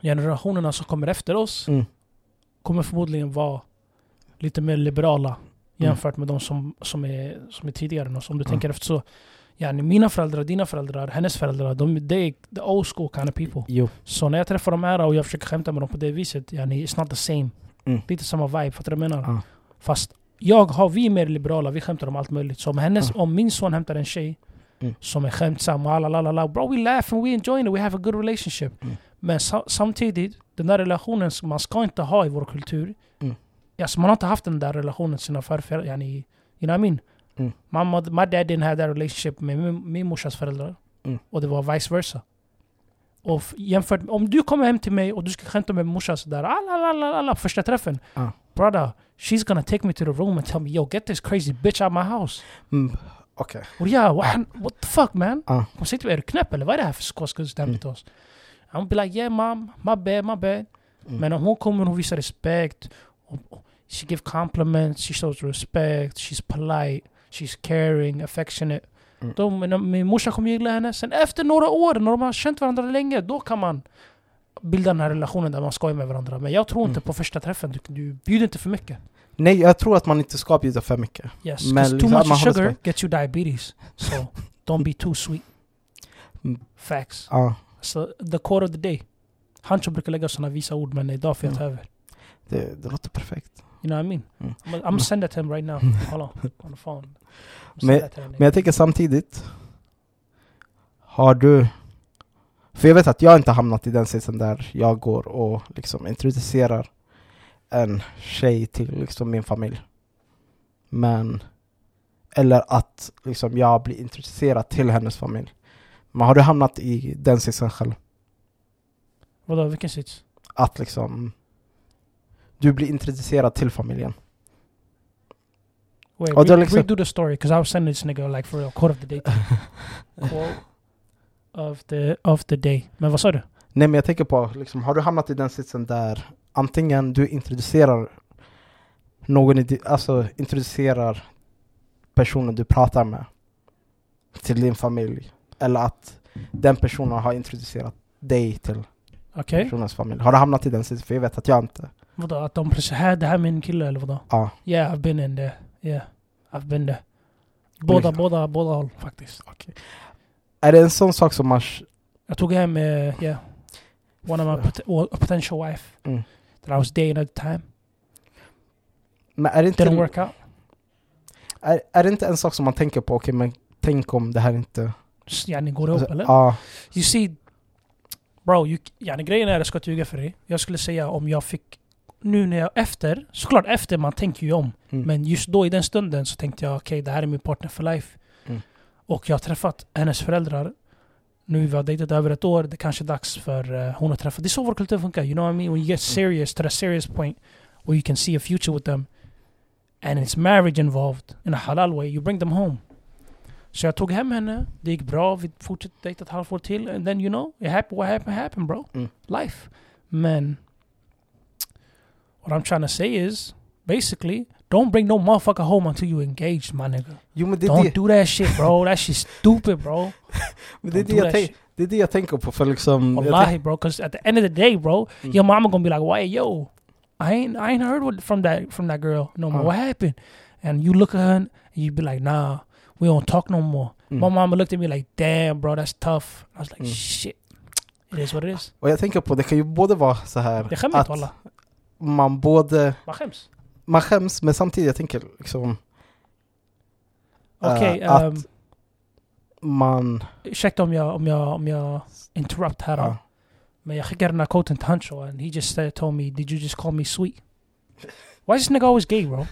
Speaker 1: generationerna som kommer efter oss
Speaker 2: Mm.
Speaker 1: kommer förmodligen vara lite mer liberala
Speaker 2: Mm.
Speaker 1: jämfört med de som, som, är, som är tidigare än oss. Om du
Speaker 2: Mm.
Speaker 1: tänker efter så. Yani, mina föräldrar, dina föräldrar, hennes föräldrar. De, de är the old school kind of people.
Speaker 2: Jo.
Speaker 1: Så när jag träffar de här och jag försöker skämta med dem på det viset, yani, it's not the same.
Speaker 2: Mm.
Speaker 1: Lite samma vibe, fattar du vad jag menar?
Speaker 2: Ja.
Speaker 1: Fast jag har, vi är mer liberala, vi skämtar om allt möjligt. Så om, hennes, om min son hämtar en tjej
Speaker 2: Mm.
Speaker 1: som är skämtsam och alla la, la, la, bro we laugh and we enjoy it, we have a good relationship.
Speaker 2: Mm.
Speaker 1: Men sa, samtidigt, den där relationen som man ska inte ha i vår kultur.
Speaker 2: Mm.
Speaker 1: Alltså man har inte haft den där relationen till sina förfäder, yani, you know what I mean?
Speaker 2: Mm.
Speaker 1: Mamma, my dad didn't have that relationship med min, min morsas föräldrar.
Speaker 2: Mm.
Speaker 1: Och det var vice versa. Och f- jämfört med, om du kommer hem till mig och du ska skämta med morsan sådär, "Ah, alla, alla, alla, alla, första träffen.
Speaker 2: Ja.
Speaker 1: Brother, she's gonna take me to the room and tell me, yo, get this crazy bitch out my house.
Speaker 2: Mm, Okej.
Speaker 1: Och jag, what, what the fuck man?
Speaker 2: Ja.
Speaker 1: Hon säger till mig, är du knäpp eller vad är det här för skådespeleri du hämtar till oss? I'm be like, yeah mom, my bad, my bad.
Speaker 2: Mm.
Speaker 1: Men om hon kommer och visar respekt, och- och she give compliments, she shows respect, she's polite, she's caring, affectionate.
Speaker 2: Mm.
Speaker 1: Då, min, min morsa kommer gilla henne. Sen efter några år, när de har känt varandra länge, då kan man bilda den här relationen där man skojar med varandra. Men jag tror
Speaker 2: Mm.
Speaker 1: inte på första träffen, du, du bjuder inte för mycket.
Speaker 2: Nej, jag tror att man inte ska bjuda för mycket.
Speaker 1: Yes,
Speaker 2: Men
Speaker 1: because too
Speaker 2: liksom, man
Speaker 1: much
Speaker 2: håller
Speaker 1: sugar
Speaker 2: sig-
Speaker 1: gets you diabetes. So don't be too sweet.
Speaker 2: Mm.
Speaker 1: Facts.
Speaker 2: Ja,
Speaker 1: So the core of the day. Hancho brukar lägga sådana visa ord men idag får jag
Speaker 2: Mm.
Speaker 1: ta över.
Speaker 2: det, det låter perfekt.
Speaker 1: You know what I mean?
Speaker 2: Mm.
Speaker 1: I'm, I'm gonna send that to him right now. Hold on, on the phone. I'm
Speaker 2: Men-
Speaker 1: that to him.
Speaker 2: Men jag tänker samtidigt, har du... För jag vet att jag inte har hamnat i den sitsen där jag går och liksom introducerar en tjej till liksom min familj. Men... Eller att liksom jag blir introducerad till hennes familj. Men har du hamnat i den sitsen själv?
Speaker 1: Vadå, vilken sits?
Speaker 2: Att liksom... Du blir introducerad till familjen?
Speaker 1: Wait,
Speaker 2: Ja, det är
Speaker 1: re-
Speaker 2: liksom-
Speaker 1: redo the story because I was sending this nigga like for real. Quote of the day. Quote of the, of the day. Men vad sa du?
Speaker 2: Nej men jag tänker på, liksom, har du hamnat i den sitsen där antingen du introducerar någon, i, di- alltså introducerar personen du pratar med till din familj, eller att den personen har introducerat dig till
Speaker 1: Okej?
Speaker 2: personens familj. Har du hamnat i den sitsen? För jag vet att jag inte.
Speaker 1: Vadå, att de precis, här, det här är min kille eller vadå?
Speaker 2: Ja.
Speaker 1: Yeah, I've been in there. Yeah, I've been there. Båda,
Speaker 2: Liksom.
Speaker 1: båda, båda håll faktiskt.
Speaker 2: Är det en sån sak som man...
Speaker 1: Jag tog hem, eh, yeah, one of my pot- o- potential wife
Speaker 2: Mm.
Speaker 1: that I was dating at the time.
Speaker 2: Men är det
Speaker 1: Didn't
Speaker 2: inte,
Speaker 1: work out.
Speaker 2: är, är det inte en sak som man tänker på, okej men tänk om det här inte... alltså,
Speaker 1: S- Ja, ni går ihop eller?
Speaker 2: ja,
Speaker 1: You see, bro, you, ja, ni, grejen är jag ska inte ljuga för dig. Jag skulle säga om jag fick, nu när jag efter, såklart efter man tänker ju om.
Speaker 2: mm,
Speaker 1: Men just då i den stunden så tänkte jag okej det här är min partner for life.
Speaker 2: Mm.
Speaker 1: Och jag har träffat hennes föräldrar nu vi har dejtat över ett år. Det kanske är dags för eh, hon att träffa... Det är så vår kultur funkar. You know what I mean? When you get
Speaker 2: Mm.
Speaker 1: serious to the serious point where you can see a future with them and it's marriage involved in a halal way, you bring them home. Så jag tog hem henne, det gick bra, vi fortsatte dejta ett halvår till. And then you know, it happened, what happened happened bro.
Speaker 2: Mm.
Speaker 1: Life. Men... What I'm trying to say is, basically, don't bring no motherfucker home until you engaged my nigga.
Speaker 2: Jo men det är
Speaker 1: Don't
Speaker 2: det,
Speaker 1: do that shit bro, that shit's stupid bro.
Speaker 2: men det, är
Speaker 1: don't
Speaker 2: det,
Speaker 1: do
Speaker 2: jag
Speaker 1: that
Speaker 2: tänk,
Speaker 1: shit.
Speaker 2: det är det jag tänker på för liksom... jag tänk-
Speaker 1: Wallahi bro, cause at the end of the day bro,
Speaker 2: Mm.
Speaker 1: your mama gonna be like, why yo, I ain't I ain't heard what, from that from that girl no more.
Speaker 2: Uh.
Speaker 1: What happened? And you look at her and you be like, nah, we don't talk no more.
Speaker 2: Mm.
Speaker 1: My mama looked at me like, damn bro, that's tough. I was like,
Speaker 2: Mm.
Speaker 1: shit, it is what it is.
Speaker 2: Och jag tänker på, det kan ju både vara så
Speaker 1: Det är
Speaker 2: här
Speaker 1: skämmigt
Speaker 2: att
Speaker 1: walla,
Speaker 2: man både...
Speaker 1: vad skäms.
Speaker 2: Man skäms, men samtidigt jag tänker liksom... eh,
Speaker 1: Okej,
Speaker 2: att
Speaker 1: ehm,
Speaker 2: man...
Speaker 1: ursäkta om jag om jag om jag interrupt här.
Speaker 2: Ja.
Speaker 1: Men jag skickade den här quoten till Hancho and he just said, told me, did you just call me sweet? Why is this nigga always gay bro?
Speaker 2: eh,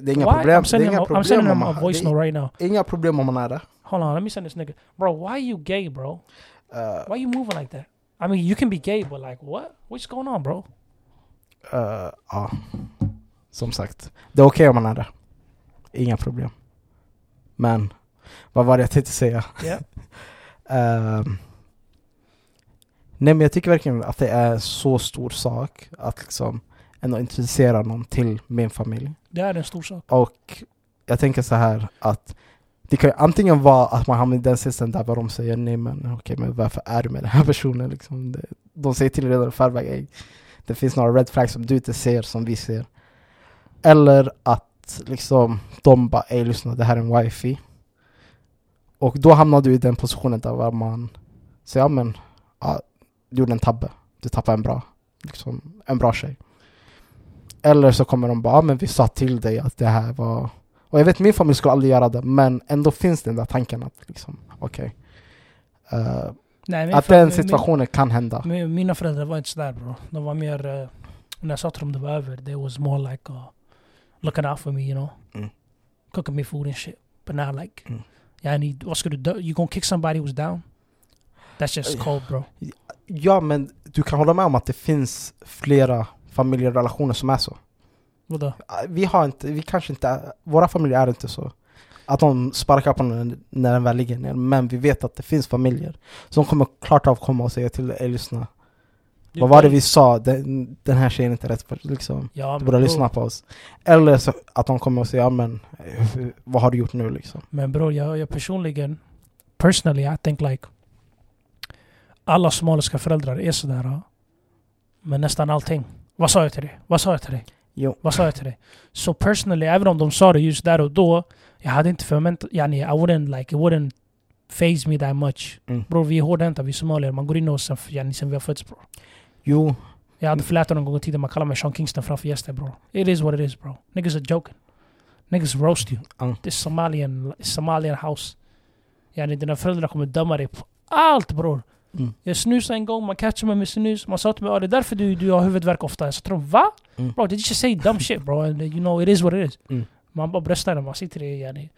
Speaker 2: det är inga
Speaker 1: Why?
Speaker 2: problem,
Speaker 1: I'm
Speaker 2: det är
Speaker 1: sending
Speaker 2: inga
Speaker 1: him, I'm sending
Speaker 2: problem om
Speaker 1: him a
Speaker 2: man,
Speaker 1: voice
Speaker 2: det
Speaker 1: note
Speaker 2: är
Speaker 1: right now.
Speaker 2: inga problem om man är det.
Speaker 1: Hold on, let me send this nigga. Bro, why are you gay, bro?
Speaker 2: Eh,
Speaker 1: Why you moving like that? I mean, you can be gay, but like, what? What's going on, bro?
Speaker 2: Eh, ja. Som sagt, det är okej om man är det. Inga problem. Men, vad var det jag tänkte säga?
Speaker 1: Ja.
Speaker 2: Ehm, nej men jag tycker verkligen att det är en så stor sak att liksom ändå introducera någon till min familj.
Speaker 1: Det är en stor sak.
Speaker 2: Och jag tänker så här att det kan ju antingen vara att man hamnar i den sitsen där vad de säger nej men okej men varför är du med den här personen liksom? Det- De säger till redan i förväg "Ey, det finns några red flags som du inte ser som vi ser. Eller att liksom de bara ey lyssna det här är en wifi. Och då hamnar du i den positionen där var man säger ja men ja, du gjorde en tabbe, du tappade en bra, liksom, en bra tjej. Eller så kommer de bara, ah, men vi sa till dig att det här var... Och jag vet min familj skulle aldrig göra det, men ändå finns den där tanken att liksom, okej. Eh,
Speaker 1: Nej, men
Speaker 2: att
Speaker 1: för-
Speaker 2: den
Speaker 1: men-
Speaker 2: situationen kan hända.
Speaker 1: men- men Mina föräldrar var inte sådär, bro. De var mer... eh, när jag sa till dem det var över, they was more like uh, looking out for me, you know?
Speaker 2: Mm.
Speaker 1: Cooking me food and shit. But now like,
Speaker 2: Mm.
Speaker 1: yeah, I need, vad ska du dö? You gonna kick somebody who's down? That's just
Speaker 2: Oj.
Speaker 1: cold, bro.
Speaker 2: Ja, men du kan hålla med om att det finns flera familjerelationer som är så.
Speaker 1: Vadå?
Speaker 2: Eh, Vi har inte, vi kanske inte, är- våra familjer är inte så. Att de sparkar på den när den väl ligger ner. Men vi vet att det finns familjer som kommer klart av komma och säga till dig, "Ey, lyssna. Vad var det vi sa? Den, den här tjejen är inte rätt för, liksom.
Speaker 1: Ja,
Speaker 2: Du
Speaker 1: men
Speaker 2: borde
Speaker 1: bro,
Speaker 2: lyssna på oss. Eller så att de kommer och säger, ja men eh, hur- vad har du gjort nu liksom?
Speaker 1: Men bror, jag, jag personligen, personally I think like alla somaliska föräldrar är sådär. ja. Men nästan allting. Vad sa jag till dig? Vad sa jag till dig?
Speaker 2: Jo.
Speaker 1: Vad sa jag till dig? Så personally, även om de sa det just där och då, jag hade inte förväntat yani, I wouldn't like, it wouldn't phase me that much.
Speaker 2: Mm.
Speaker 1: Bror, vi är hårdhänta, vi är somalier. Man går in och sen, yani, sen vi har fötts bror.
Speaker 2: Jo,
Speaker 1: Jag
Speaker 2: Mm.
Speaker 1: hade flätat någon gång i tiden, man kallar mig Sean Kingston framför gäster bror. It is what it is bro. Niggas are joking. Niggas roast you.
Speaker 2: Ja.
Speaker 1: This Somalian, Somalian house. Yani dina föräldrar kommer döma dig på allt bror.
Speaker 2: Mm.
Speaker 1: Jag snusade en gång, man catchade mig med snus. Man sa till mig "Ah, det är därför du, du har huvudvärk ofta. Jag sa till dem va?
Speaker 2: Mm.
Speaker 1: Bro did you just say dumb shit bro? And uh, you know it is what it is.
Speaker 2: Mm.
Speaker 1: Man bara bröstar den, man sitter i yani.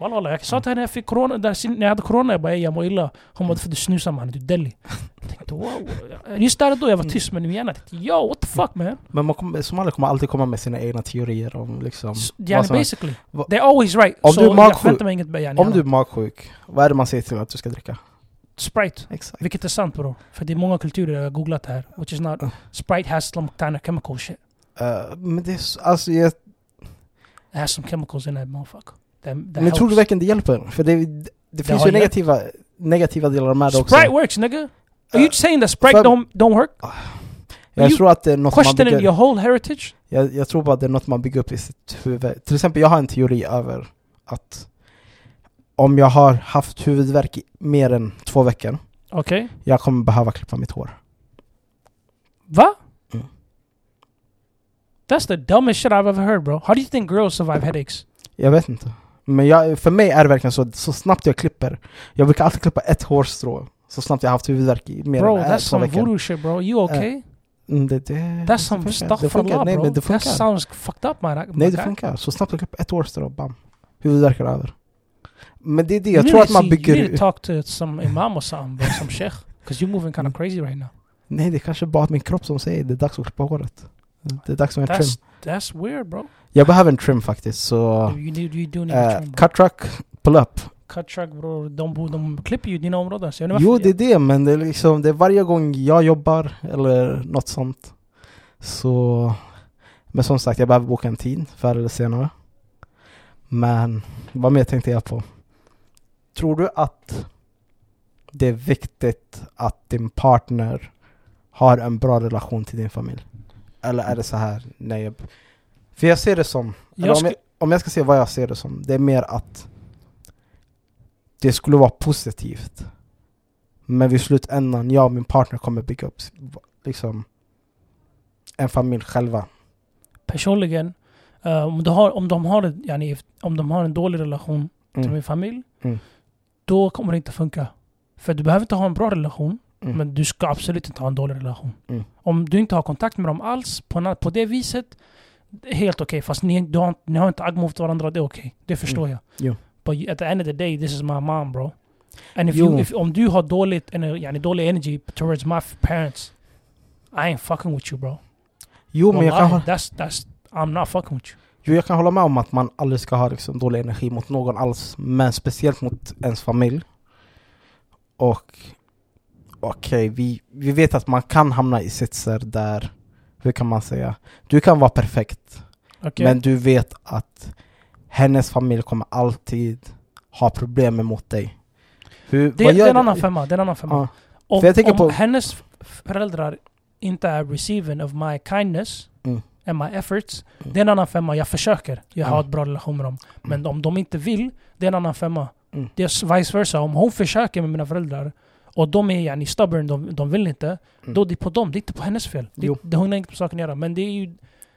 Speaker 1: Walla walla, jag
Speaker 2: Mm.
Speaker 1: sa till henne när jag fick corona, där, när jag hade corona, jag bara "Ey, jag mår illa. Hon bara därför du snusar mannen, du är deli. Jag tänkte wow. eh, Just där och då jag var tyst men i min hjärna tänkte yo what the fuck man?
Speaker 2: men man kommer, somalier kommer alltid komma med sina egna teorier om liksom...
Speaker 1: S-
Speaker 2: vad
Speaker 1: Yani
Speaker 2: som är-
Speaker 1: basically.
Speaker 2: vad-
Speaker 1: They're always right.
Speaker 2: Om
Speaker 1: så
Speaker 2: du är magsjuk-
Speaker 1: jag förväntar mig inget yani.
Speaker 2: om du är magsjuk, vad är det man säger till att du ska dricka?
Speaker 1: Sprite.
Speaker 2: Exakt.
Speaker 1: Vilket är sant bror. För det är många kulturer jag har googlat det här. Which is
Speaker 2: Mm.
Speaker 1: not... Sprite has some kind of chemical shit.
Speaker 2: Eh, men det är så, alltså, jag,
Speaker 1: It has some chemicals in that motherfucker. That, that
Speaker 2: men tror du
Speaker 1: helps.
Speaker 2: verkligen det hjälper? För det, det, finns
Speaker 1: har
Speaker 2: ju
Speaker 1: hjälpt.
Speaker 2: negativa, negativa delar med det också.
Speaker 1: Sprite works nigga? Are you
Speaker 2: Eh,
Speaker 1: saying that Sprite
Speaker 2: för- Ah.
Speaker 1: don't, don't work?
Speaker 2: jag
Speaker 1: you
Speaker 2: tror att det är något man
Speaker 1: Questioning
Speaker 2: bygger,
Speaker 1: your whole heritage?
Speaker 2: jag, jag tror bara att det är något man bygger upp i sitt huvud. Till exempel, jag har en teori över att om jag har haft huvudvärk i mer än två veckor
Speaker 1: Okej.
Speaker 2: Jag kommer behöva klippa mitt hår.
Speaker 1: Va?
Speaker 2: Mm.
Speaker 1: That's the dumbest shit I've ever heard bro. How do you think girls survive headaches?
Speaker 2: Jag vet inte. Men jag, för mig är det verkligen så, så snabbt jag klipper. Jag brukar alltid klippa ett hårstrå så snabbt jag har haft huvudvärk i mer
Speaker 1: Bro,
Speaker 2: än eh,
Speaker 1: that's
Speaker 2: två
Speaker 1: some
Speaker 2: veckor.
Speaker 1: voodoo shit bro. You okay?
Speaker 2: Mm, Det, det,
Speaker 1: That's some
Speaker 2: det
Speaker 1: stuff
Speaker 2: det
Speaker 1: for
Speaker 2: funkar.
Speaker 1: law,
Speaker 2: Nej,
Speaker 1: bro.
Speaker 2: men det
Speaker 1: That
Speaker 2: funkar.
Speaker 1: sounds fucked up, man.
Speaker 2: Nej, det funkar. Så snabbt jag klipper ett hårstrå, bam. Huvudvärken är över. Men det är det, jag tror att man bygger...
Speaker 1: You need to talk to some imam or something, bro, some sheikh. Because you're moving
Speaker 2: Mm.
Speaker 1: kind of crazy right now.
Speaker 2: Nej, det kanske bara är min kropp som säger det är dags att klippa håret. Det är dags för en trim.
Speaker 1: That's, that's weird bro.
Speaker 2: Jag behöver en trim faktiskt, så...
Speaker 1: You, need, you do need a
Speaker 2: eh,
Speaker 1: trim bro.
Speaker 2: cut track, pull up.
Speaker 1: Cut track bro, de, bo- de klipper ju dina områden. Så jag vet inte
Speaker 2: Jo,
Speaker 1: varför-
Speaker 2: det är det, men det är liksom det är varje gång jag jobbar eller något sånt. Så... Men som sagt, jag behöver boka en tid förr eller senare. Men vad mer tänkte jag på? Tror du att det är viktigt att din partner har en bra relation till din familj? Eller är det så här, nej. jag- För jag ser det som,
Speaker 1: Jag
Speaker 2: eller om,
Speaker 1: sku-
Speaker 2: jag, om jag ska se vad jag ser det som, det är mer att det skulle vara positivt. Men vid slutändan, jag och min partner kommer bygga upp s- va- liksom en familj själva.
Speaker 1: personligen, eh, om, du har, om, de har, ett- yani, om de har en dålig relation till
Speaker 2: Mm.
Speaker 1: min familj,
Speaker 2: Mm.
Speaker 1: då kommer det inte funka. För du behöver inte ha en bra relation,
Speaker 2: Mm.
Speaker 1: men du ska absolut inte ha en dålig relation.
Speaker 2: Mm.
Speaker 1: Om du inte har kontakt med dem alls på, na- på det viset, det är helt okej. Fast ni, du har, inte- ni har inte agg mot varandra, det är okej. Det förstår jag.
Speaker 2: Mm. Jo.
Speaker 1: But at the end of the day, this is my mom bro. And if
Speaker 2: Jo.
Speaker 1: you, if, om du har dåligt, ener- yani, dålig energy towards my f- parents, I ain't fucking with you bro.
Speaker 2: Jo, men jag kan,
Speaker 1: Wallahi,
Speaker 2: hå-
Speaker 1: that's, that's, I'm not fucking with you.
Speaker 2: jo, jag kan hålla med om att man aldrig ska ha liksom dålig energi mot någon alls. Men speciellt mot ens familj. Och okej, vi, vi vet att man kan hamna i sitser där, hur kan man säga? Du kan vara perfekt.
Speaker 1: Okej?
Speaker 2: Men du vet att hennes familj kommer alltid ha problem emot dig. Hur,
Speaker 1: det,
Speaker 2: vad
Speaker 1: det är
Speaker 2: gör
Speaker 1: en
Speaker 2: du?
Speaker 1: annan femma. Det är en annan femma.
Speaker 2: Ja,
Speaker 1: Om,
Speaker 2: För jag tänker
Speaker 1: om
Speaker 2: på-
Speaker 1: hennes f- föräldrar inte är receiving of my kindness
Speaker 2: Mm.
Speaker 1: and my efforts,
Speaker 2: Mm.
Speaker 1: det är en annan femma. Jag försöker. Jag har
Speaker 2: Ja.
Speaker 1: ett bra relation med dem. Men om de inte vill, det är en annan femma.
Speaker 2: Mm.
Speaker 1: Det är s- vice versa. Om hon försöker med mina föräldrar och de är yani stubborn, de, de vill inte. Då är det på dem, det är inte på hennes fel. Det,
Speaker 2: Mm. Jo.
Speaker 1: det har inget med saken att göra. Men det är ju det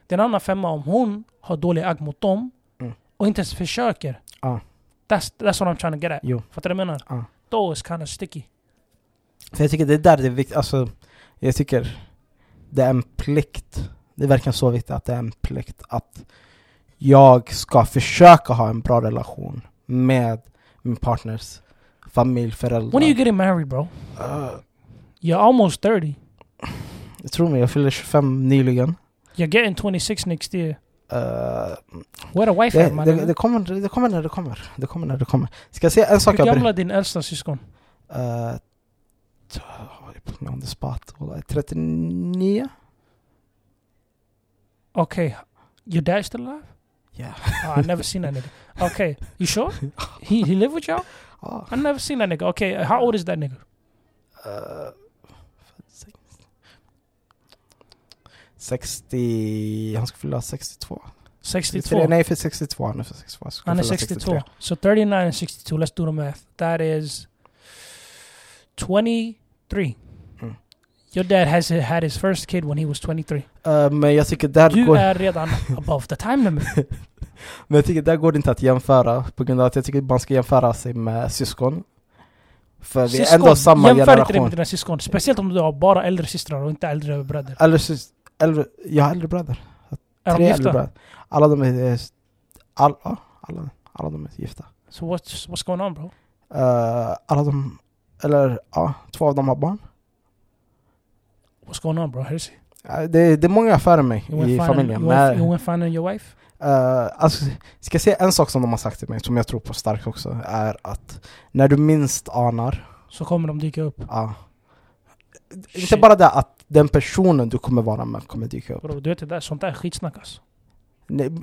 Speaker 1: är en annan femma om hon har dålig agg mot dem
Speaker 2: Mm.
Speaker 1: och inte ens försöker.
Speaker 2: Ja.
Speaker 1: That's, that's what I'm trying to get at.
Speaker 2: Jo.
Speaker 1: Fattar du vad jag menar?
Speaker 2: Ja.
Speaker 1: Då är det kind of sticky.
Speaker 2: För jag tycker det är där det är viktigt, alltså jag tycker det är en plikt. Det är verkligen så viktigt att det är en plikt att jag ska försöka ha en bra relation med min partners familj, föräldrar.
Speaker 1: When are you getting married bro?
Speaker 2: Eh,
Speaker 1: You're almost 30.
Speaker 2: jag tror mig, jag fyller 25 nyligen.
Speaker 1: You're getting 26 next year.
Speaker 2: Eh,
Speaker 1: Where a wife
Speaker 2: det,
Speaker 1: at man?
Speaker 2: det, det, kommer, det kommer när det kommer. Det kommer när det kommer. Ska jag säga en sak
Speaker 1: Hur
Speaker 2: jag bryr
Speaker 1: gamla är din äldsta syskon?
Speaker 2: Uh, jag put me on the spot. Wallah, 39?
Speaker 1: Okej. Your dad's still alive?
Speaker 2: Yeah.
Speaker 1: Oh, I've never seen that nigga. Okay. You sure? He, he live with y'all?
Speaker 2: Ah,
Speaker 1: I've never seen that nigga. Okay. uh, How old is that nigga?
Speaker 2: eh, 60... Han ska fylla 62.
Speaker 1: 62.
Speaker 2: Nej, för 62. Han är för 62. Han ska
Speaker 1: Han är
Speaker 2: fylla
Speaker 1: 62. So 39 and 62. Let's do the math. That is 23.
Speaker 2: Mm.
Speaker 1: Your dad has had his first kid when he was 23.
Speaker 2: Eh, men jag tycker där
Speaker 1: Du
Speaker 2: går...
Speaker 1: är redan above the time limit.
Speaker 2: Men jag tycker där går det inte att jämföra på grund av att jag tycker man ska jämföra sig med syskon. För vi är ändå samma
Speaker 1: jämför inte det med
Speaker 2: generation.
Speaker 1: dina syskon. Speciellt om du har bara äldre systrar och inte äldre bröder.
Speaker 2: Eller sys... Äldre... Jag har äldre bröder.
Speaker 1: Är de
Speaker 2: Tre äldre
Speaker 1: gifta?
Speaker 2: bröder. Alla de är... eh, All, ja, alla, alla de är gifta.
Speaker 1: So what's, what's going on bro?
Speaker 2: Eh, alla de... Eller ja, två av dem har barn.
Speaker 1: What's going on bro? Here's it.
Speaker 2: Eh, det, det är många före mig
Speaker 1: You went
Speaker 2: i familjen.
Speaker 1: You
Speaker 2: Men,
Speaker 1: went, you went finding your wife?
Speaker 2: eh, alltså, ska jag säga en sak som de har sagt till mig, som jag tror på starkt också, är att när du minst anar,
Speaker 1: Så kommer de dyka upp.
Speaker 2: ja. inte
Speaker 1: Shit.
Speaker 2: bara det att den personen du kommer vara med kommer dyka upp.
Speaker 1: Bro, du vet det där, sånt där är skitsnack alltså.
Speaker 2: Nej, man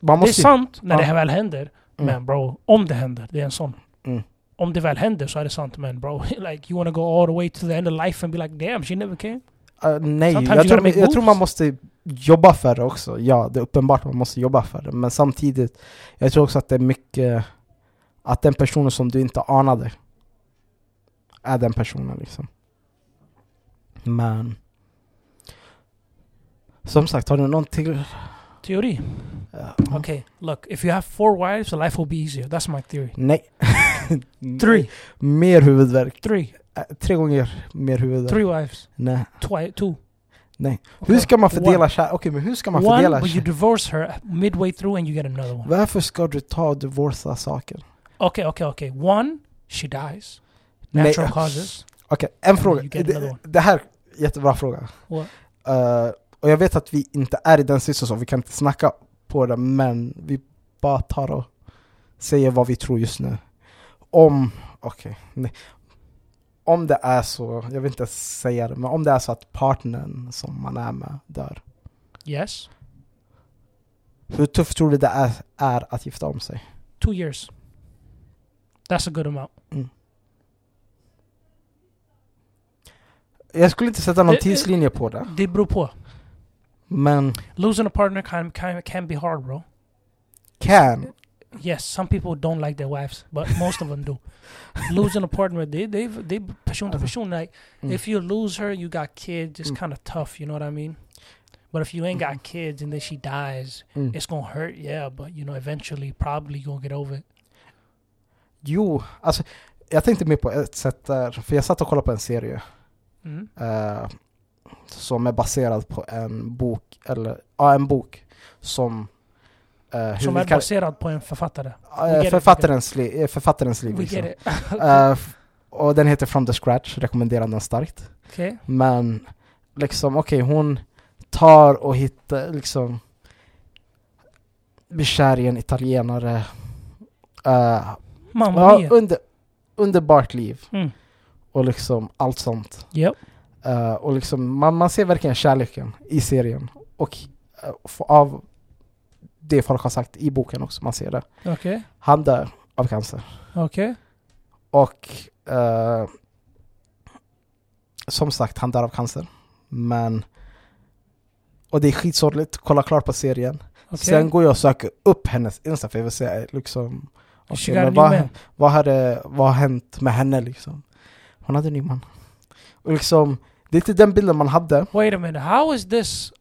Speaker 1: Det är
Speaker 2: måste ju,
Speaker 1: sant när
Speaker 2: Ja.
Speaker 1: det här väl händer.
Speaker 2: Mm.
Speaker 1: Men bro, om det händer, det är en sån.
Speaker 2: Mm.
Speaker 1: Om det väl händer så är det sant men bro, like you wanna go all the way to the end of life and be like damn she never came.
Speaker 2: eh, nej,
Speaker 1: Sometimes
Speaker 2: jag
Speaker 1: you gotta
Speaker 2: tror,
Speaker 1: make
Speaker 2: jag tror man
Speaker 1: moves.
Speaker 2: måste jobba för det också. Ja, det är uppenbart man måste jobba för det. Men samtidigt, jag tror också att det är mycket att den personen som du inte anade är den personen liksom. Men som sagt, har du någon till?
Speaker 1: Teori.
Speaker 2: Mm. Ja.
Speaker 1: Okay, look, if you have four wives life will be easier. That's my theory.
Speaker 2: Nej.
Speaker 1: Three.
Speaker 2: Mer huvudvärk.
Speaker 1: Three.
Speaker 2: Eh, Tre gånger mer huvudvärk.
Speaker 1: Three wives.
Speaker 2: Nej.
Speaker 1: Twi- two.
Speaker 2: Nej. Hur
Speaker 1: Okay.
Speaker 2: ska man
Speaker 1: One.
Speaker 2: fördela kärlek? Okej, men hur ska man
Speaker 1: One,
Speaker 2: fördela
Speaker 1: but you
Speaker 2: kärlek?
Speaker 1: divorce her midway through and you get another one.
Speaker 2: Varför ska du ta och divorca saker?
Speaker 1: Okay, okay, okay. One, she dies.
Speaker 2: Nej,
Speaker 1: Natural causes.
Speaker 2: Okej, en fråga.
Speaker 1: you get another
Speaker 2: Det,
Speaker 1: one.
Speaker 2: det här, jättebra fråga.
Speaker 1: What?
Speaker 2: Eh, och jag vet att vi inte är i den sitsen så vi kan inte snacka på det, men vi bara tar och säger vad vi tror just nu. Om, okej, nej. Om det är så, jag vill inte ens säga det, men om det är så att partnern som man är med dör.
Speaker 1: Yes.
Speaker 2: Hur tufft tror du det är, är att gifta om sig?
Speaker 1: Two years. That's a good amount.
Speaker 2: Jag skulle inte sätta någon
Speaker 1: Eh, eh.
Speaker 2: tidslinje på det,
Speaker 1: Det beror på.
Speaker 2: men
Speaker 1: Losing a partner can, can, can be hard, bro.
Speaker 2: can.
Speaker 1: Yes, some people don't like their wives, but most of them do. Losing a partner, they they they person to
Speaker 2: Alltså.
Speaker 1: person. Like
Speaker 2: Mm.
Speaker 1: if you lose her, you got kids. It's
Speaker 2: Mm. Mm-hmm.
Speaker 1: kind of tough, you know what I mean? But if you ain't got kids and then she dies,
Speaker 2: Mm.
Speaker 1: it's gonna hurt. Yeah, but you know, eventually, probably you gonna get over it.
Speaker 2: Jo, alltså jag tänkte mer på ett sätt där, för jag satt och kollade på en serie
Speaker 1: Mm.
Speaker 2: eh, som är baserad på en bok, eller ja, en bok som, eh, hur
Speaker 1: Som
Speaker 2: vi
Speaker 1: är
Speaker 2: kan-
Speaker 1: baserad på en författare.
Speaker 2: eh,
Speaker 1: we get it,
Speaker 2: författarens, li, eh, författarens liv.
Speaker 1: We get it.
Speaker 2: Eh, f- och den heter From the Scratch, rekommenderar den starkt.
Speaker 1: Okay.
Speaker 2: Men liksom, okej, hon tar och hittar liksom blir kär i en italienare. Eh,
Speaker 1: Mamma
Speaker 2: ja,
Speaker 1: mia.
Speaker 2: under, underbart liv
Speaker 1: Mm.
Speaker 2: och liksom allt sånt.
Speaker 1: Yep.
Speaker 2: Eh, och liksom, man, man ser verkligen kärleken i serien. Och eh, f- av det folk har sagt i boken också, man ser det.
Speaker 1: Okej.
Speaker 2: Han dör av cancer.
Speaker 1: Okej.
Speaker 2: Och eh, som sagt, han dör av cancer. Men... Och det är skitsorgligt, kolla klart på serien. Sen
Speaker 1: Okej.
Speaker 2: går jag och söker upp hennes Insta för jag vill se liksom...
Speaker 1: Oh, She
Speaker 2: okej,
Speaker 1: got a
Speaker 2: men
Speaker 1: new
Speaker 2: vad,
Speaker 1: man.
Speaker 2: vad, hade, vad har hänt med henne liksom? Hon hade en ny man. Och liksom, det är inte den bilden man hade.
Speaker 1: Wait a minute. How is this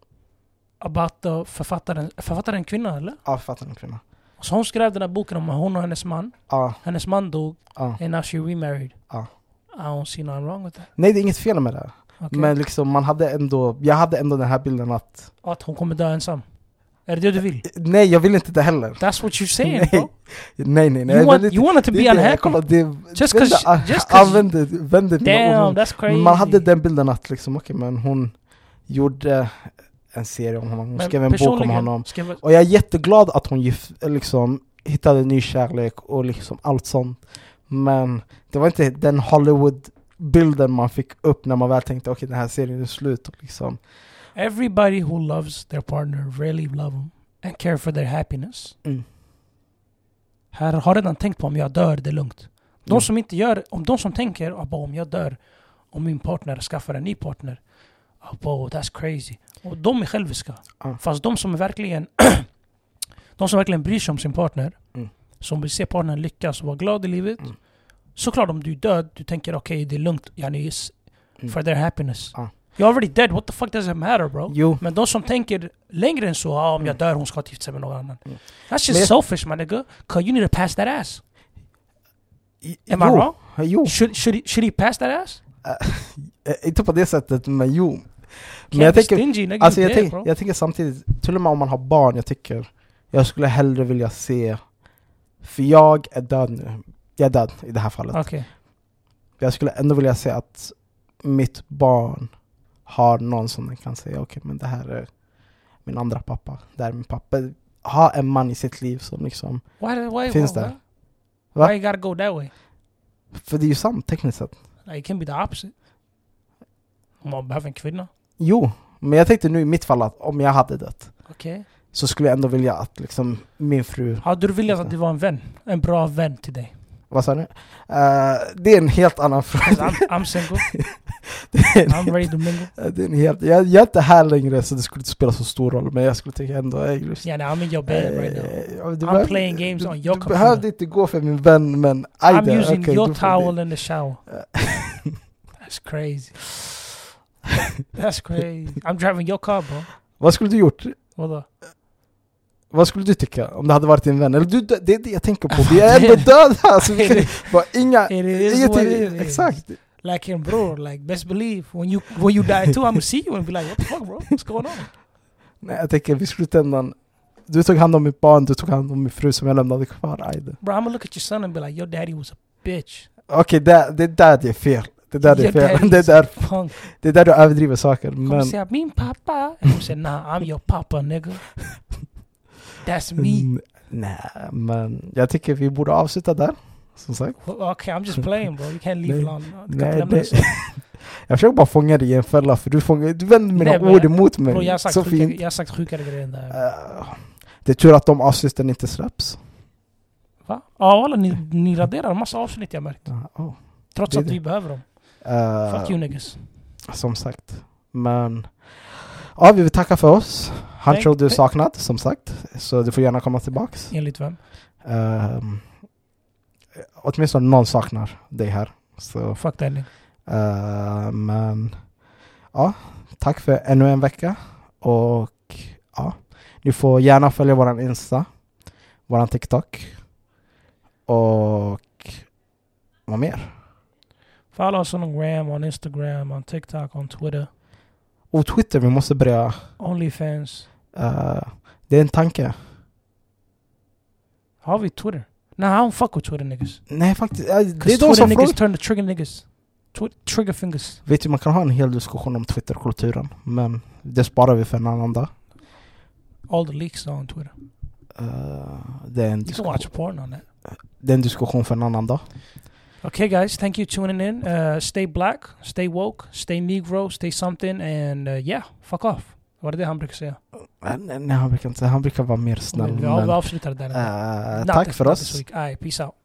Speaker 1: about the författaren? Författaren kvinna eller?
Speaker 2: Ja, författaren är kvinna.
Speaker 1: Så hon skrev den här boken om hon och hennes man.
Speaker 2: Ja,
Speaker 1: Hennes man dog
Speaker 2: ja.
Speaker 1: and now she remarried.
Speaker 2: Ja.
Speaker 1: I don't see nothing wrong with that.
Speaker 2: Nej, det är inget fel med det.
Speaker 1: Okej.
Speaker 2: Men liksom, man hade ändå, jag hade ändå den här bilden att
Speaker 1: Att hon kommer dö ensam. Är det det du vill?
Speaker 2: Nej, jag vill inte det heller.
Speaker 1: That's what you're saying
Speaker 2: Nej,
Speaker 1: bro.
Speaker 2: Nej, nej, nej.
Speaker 1: You
Speaker 2: jag
Speaker 1: want,
Speaker 2: vill
Speaker 1: you want it to
Speaker 2: det är
Speaker 1: be
Speaker 2: det,
Speaker 1: unhappy?
Speaker 2: kolla, det,
Speaker 1: Just
Speaker 2: vänd-
Speaker 1: 'cause-
Speaker 2: ah,
Speaker 1: just 'cause-
Speaker 2: Använd vänd mina ord.
Speaker 1: Damn, that's crazy.
Speaker 2: Man hade den bilden att liksom, okej men hon gjorde en serie om honom, hon
Speaker 1: Men
Speaker 2: skrev en bok om
Speaker 1: personligen
Speaker 2: honom.
Speaker 1: skrev-
Speaker 2: Och jag är jätteglad att hon gif, liksom, hittade ny kärlek och liksom allt sånt. Men det var inte den Hollywood-bilden man fick upp när man väl tänkte okej den här serien är slut. Och liksom.
Speaker 1: Everybody who loves their partner really love them and care for their happiness.
Speaker 2: Mm.
Speaker 1: Här har redan tänkt på om jag dör, det är lugnt. De
Speaker 2: Ja.
Speaker 1: som inte gör, om de som tänker ah, bara, om jag dör, om min partner skaffar en ny partner. ah, bara, that's crazy. Och de är själviska.
Speaker 2: Ja.
Speaker 1: Fast de som är verkligen de som verkligen bryr sig om sin partner,
Speaker 2: Mm.
Speaker 1: som vill se partnern lyckas och vara glad i livet.
Speaker 2: Mm.
Speaker 1: Såklart om du är död, du tänker okej det är lugnt, yani, it's
Speaker 2: Mm.
Speaker 1: for their happiness.
Speaker 2: Ja.
Speaker 1: You're already dead, what the fuck does it matter bro?
Speaker 2: Jo,
Speaker 1: Men de som tänker längre än så, ah, om jag
Speaker 2: Mm.
Speaker 1: dör hon ska gifta sig med någon annan.
Speaker 2: Mm.
Speaker 1: That's
Speaker 2: Men
Speaker 1: just
Speaker 2: jag-
Speaker 1: selfish my nigga, 'cause you need to pass that ass.
Speaker 2: i-
Speaker 1: Am I
Speaker 2: jo,
Speaker 1: wrong?
Speaker 2: jo.
Speaker 1: Should, should, he, should he pass that ass?
Speaker 2: Eh, inte på det sättet men jo.
Speaker 1: Can't
Speaker 2: Men jag
Speaker 1: be
Speaker 2: tänker,
Speaker 1: stingy, nigga,
Speaker 2: alltså
Speaker 1: you
Speaker 2: jag,
Speaker 1: dead,
Speaker 2: tänk,
Speaker 1: bro.
Speaker 2: jag tänker samtidigt, till och med om man har barn, jag tycker jag skulle hellre vilja se, för jag är död nu, jag är död i det här fallet.
Speaker 1: Okej.
Speaker 2: Jag skulle ändå vilja se att mitt barn har någon som den kan säga, okej men det här är min andra pappa, det här är min pappa. Ha en man i sitt liv som liksom,
Speaker 1: Why, why,
Speaker 2: Finns
Speaker 1: why,
Speaker 2: där.
Speaker 1: why,
Speaker 2: Va?
Speaker 1: you gotta go that way?
Speaker 2: för det är ju sant tekniskt sett.
Speaker 1: Like, it can be the opposite. Om man behöver en kvinna.
Speaker 2: Jo, men jag tänkte nu i mitt fall att om jag hade dött
Speaker 1: Okej.
Speaker 2: så skulle jag ändå vilja att liksom min fru
Speaker 1: Hade du velat
Speaker 2: Just
Speaker 1: att
Speaker 2: det.
Speaker 1: det var en vän? En bra vän till dig?
Speaker 2: Vad sa ni? Eh, det är en helt annan fråga.
Speaker 1: 'Cause I'm, I'm single,
Speaker 2: Det är en
Speaker 1: I'm ready to mingle.
Speaker 2: helt- det är en helt, jag, jag är inte här längre så det skulle inte spela så stor roll, men jag skulle tänka ändå... Hey, lyssna,
Speaker 1: Yani, I'm in your
Speaker 2: eh,
Speaker 1: bed right now.
Speaker 2: ja, du
Speaker 1: I'm
Speaker 2: behöver-
Speaker 1: playing games
Speaker 2: du,
Speaker 1: on your
Speaker 2: Du
Speaker 1: computer.
Speaker 2: behövde inte gå för min vän, men... aj
Speaker 1: I'm
Speaker 2: där,
Speaker 1: using
Speaker 2: okej,
Speaker 1: your
Speaker 2: du får det.
Speaker 1: towel in the Uh, shower. That's crazy. That's crazy. I'm driving your car bro.
Speaker 2: Vad skulle du gjort?
Speaker 1: Vadå?
Speaker 2: Vad skulle du tycka om det hade varit din vän? Eller du, det är det jag tänker på, vi är ändå döda! Alltså, vi kan, bara, inga...
Speaker 1: It is what it
Speaker 2: Ingenting,
Speaker 1: is.
Speaker 2: exakt!
Speaker 1: Like him bro, like best believe when you when you die too I'm gonna see you and be like what the fuck bro? What's going on?
Speaker 2: Nej, jag tänker vid slutändan, du tog hand om mitt barn, du tog hand om min fru som jag lämnade kvar. Aj då.
Speaker 1: Bro, I'm gonna look at your son and be like, your daddy was a bitch.
Speaker 2: Okej, det, det där det är fel. Det där det är
Speaker 1: Your daddy
Speaker 2: fel. Det är
Speaker 1: was a
Speaker 2: där,
Speaker 1: Punk.
Speaker 2: det är där du överdriver saker.
Speaker 1: Kommer
Speaker 2: Men,
Speaker 1: säga min pappa. Kommer säga nah, I'm your papa nigga. That's me.
Speaker 2: Mm, nej, men jag tycker vi borde avsluta där. Som sagt.
Speaker 1: Okay, I'm just playing bro. You can't leave
Speaker 2: Nej,
Speaker 1: alone. Du kan
Speaker 2: nej,
Speaker 1: inte lämna
Speaker 2: det-
Speaker 1: oss.
Speaker 2: Jag försöker bara fånga dig i en fälla för du, fångar, du vänder mina
Speaker 1: Nej, men-
Speaker 2: ord emot mig.
Speaker 1: Bro, jag har sagt
Speaker 2: Så
Speaker 1: sjuka-
Speaker 2: fint.
Speaker 1: jag har sagt sjukare grejer än det här.
Speaker 2: Eh, det är tur att de avsnitten inte släpps.
Speaker 1: Va? Ja walla, ni, ni raderar en massa avsnitt jag märkt.
Speaker 2: Ja, oh.
Speaker 1: Trots
Speaker 2: Det är
Speaker 1: att
Speaker 2: det.
Speaker 1: vi behöver dem.
Speaker 2: Eh,
Speaker 1: Fuck you niggas.
Speaker 2: Som sagt. Men ja, vi vill tacka för oss. Han
Speaker 1: Tack.
Speaker 2: tror du är saknad, som sagt. Så du får gärna komma tillbaks.
Speaker 1: Enligt vem?
Speaker 2: Ehm, åtminstone någon saknar dig här. Så,
Speaker 1: Fuck that nigga.
Speaker 2: eh, men ja, tack för ännu en vecka. Och ja, ni får gärna följa våran Insta, våran TikTok och vad mer?
Speaker 1: Follow us on Gram, on Instagram, on TikTok, on Twitter.
Speaker 2: Och Oh, Twitter, vi måste börja.
Speaker 1: Onlyfans.
Speaker 2: eh, det är en tanke.
Speaker 1: Har vi Twitter? Nah, I don't fuck with Twitter niggas.
Speaker 2: Nej faktiskt, eh, det är
Speaker 1: Cause
Speaker 2: de
Speaker 1: Twitter
Speaker 2: som
Speaker 1: niggas
Speaker 2: frågar.
Speaker 1: turn the trigger niggas. Twi- trigger fingers.
Speaker 2: Vet du, man kan ha en hel diskussion om Twitterkulturen, men det sparar vi för en annan dag.
Speaker 1: All the leaks are on Twitter.
Speaker 2: Eh, det, är en
Speaker 1: You can
Speaker 2: diskussion,
Speaker 1: watch porn on that.
Speaker 2: det är en diskussion för en annan dag.
Speaker 1: Okay, guys, thank you tuning in. Uh, stay black, stay woke, stay Negro, stay something, and uh, yeah, fuck off. Vad är det han brukar säga?
Speaker 2: Eh, Nej, nej, han brukar inte, han brukar vara mer snäll.
Speaker 1: vi, av-
Speaker 2: Men,
Speaker 1: vi avslutar det där.
Speaker 2: eh,
Speaker 1: Not
Speaker 2: tack
Speaker 1: this-
Speaker 2: för
Speaker 1: not this
Speaker 2: oss.
Speaker 1: week. All right, peace out.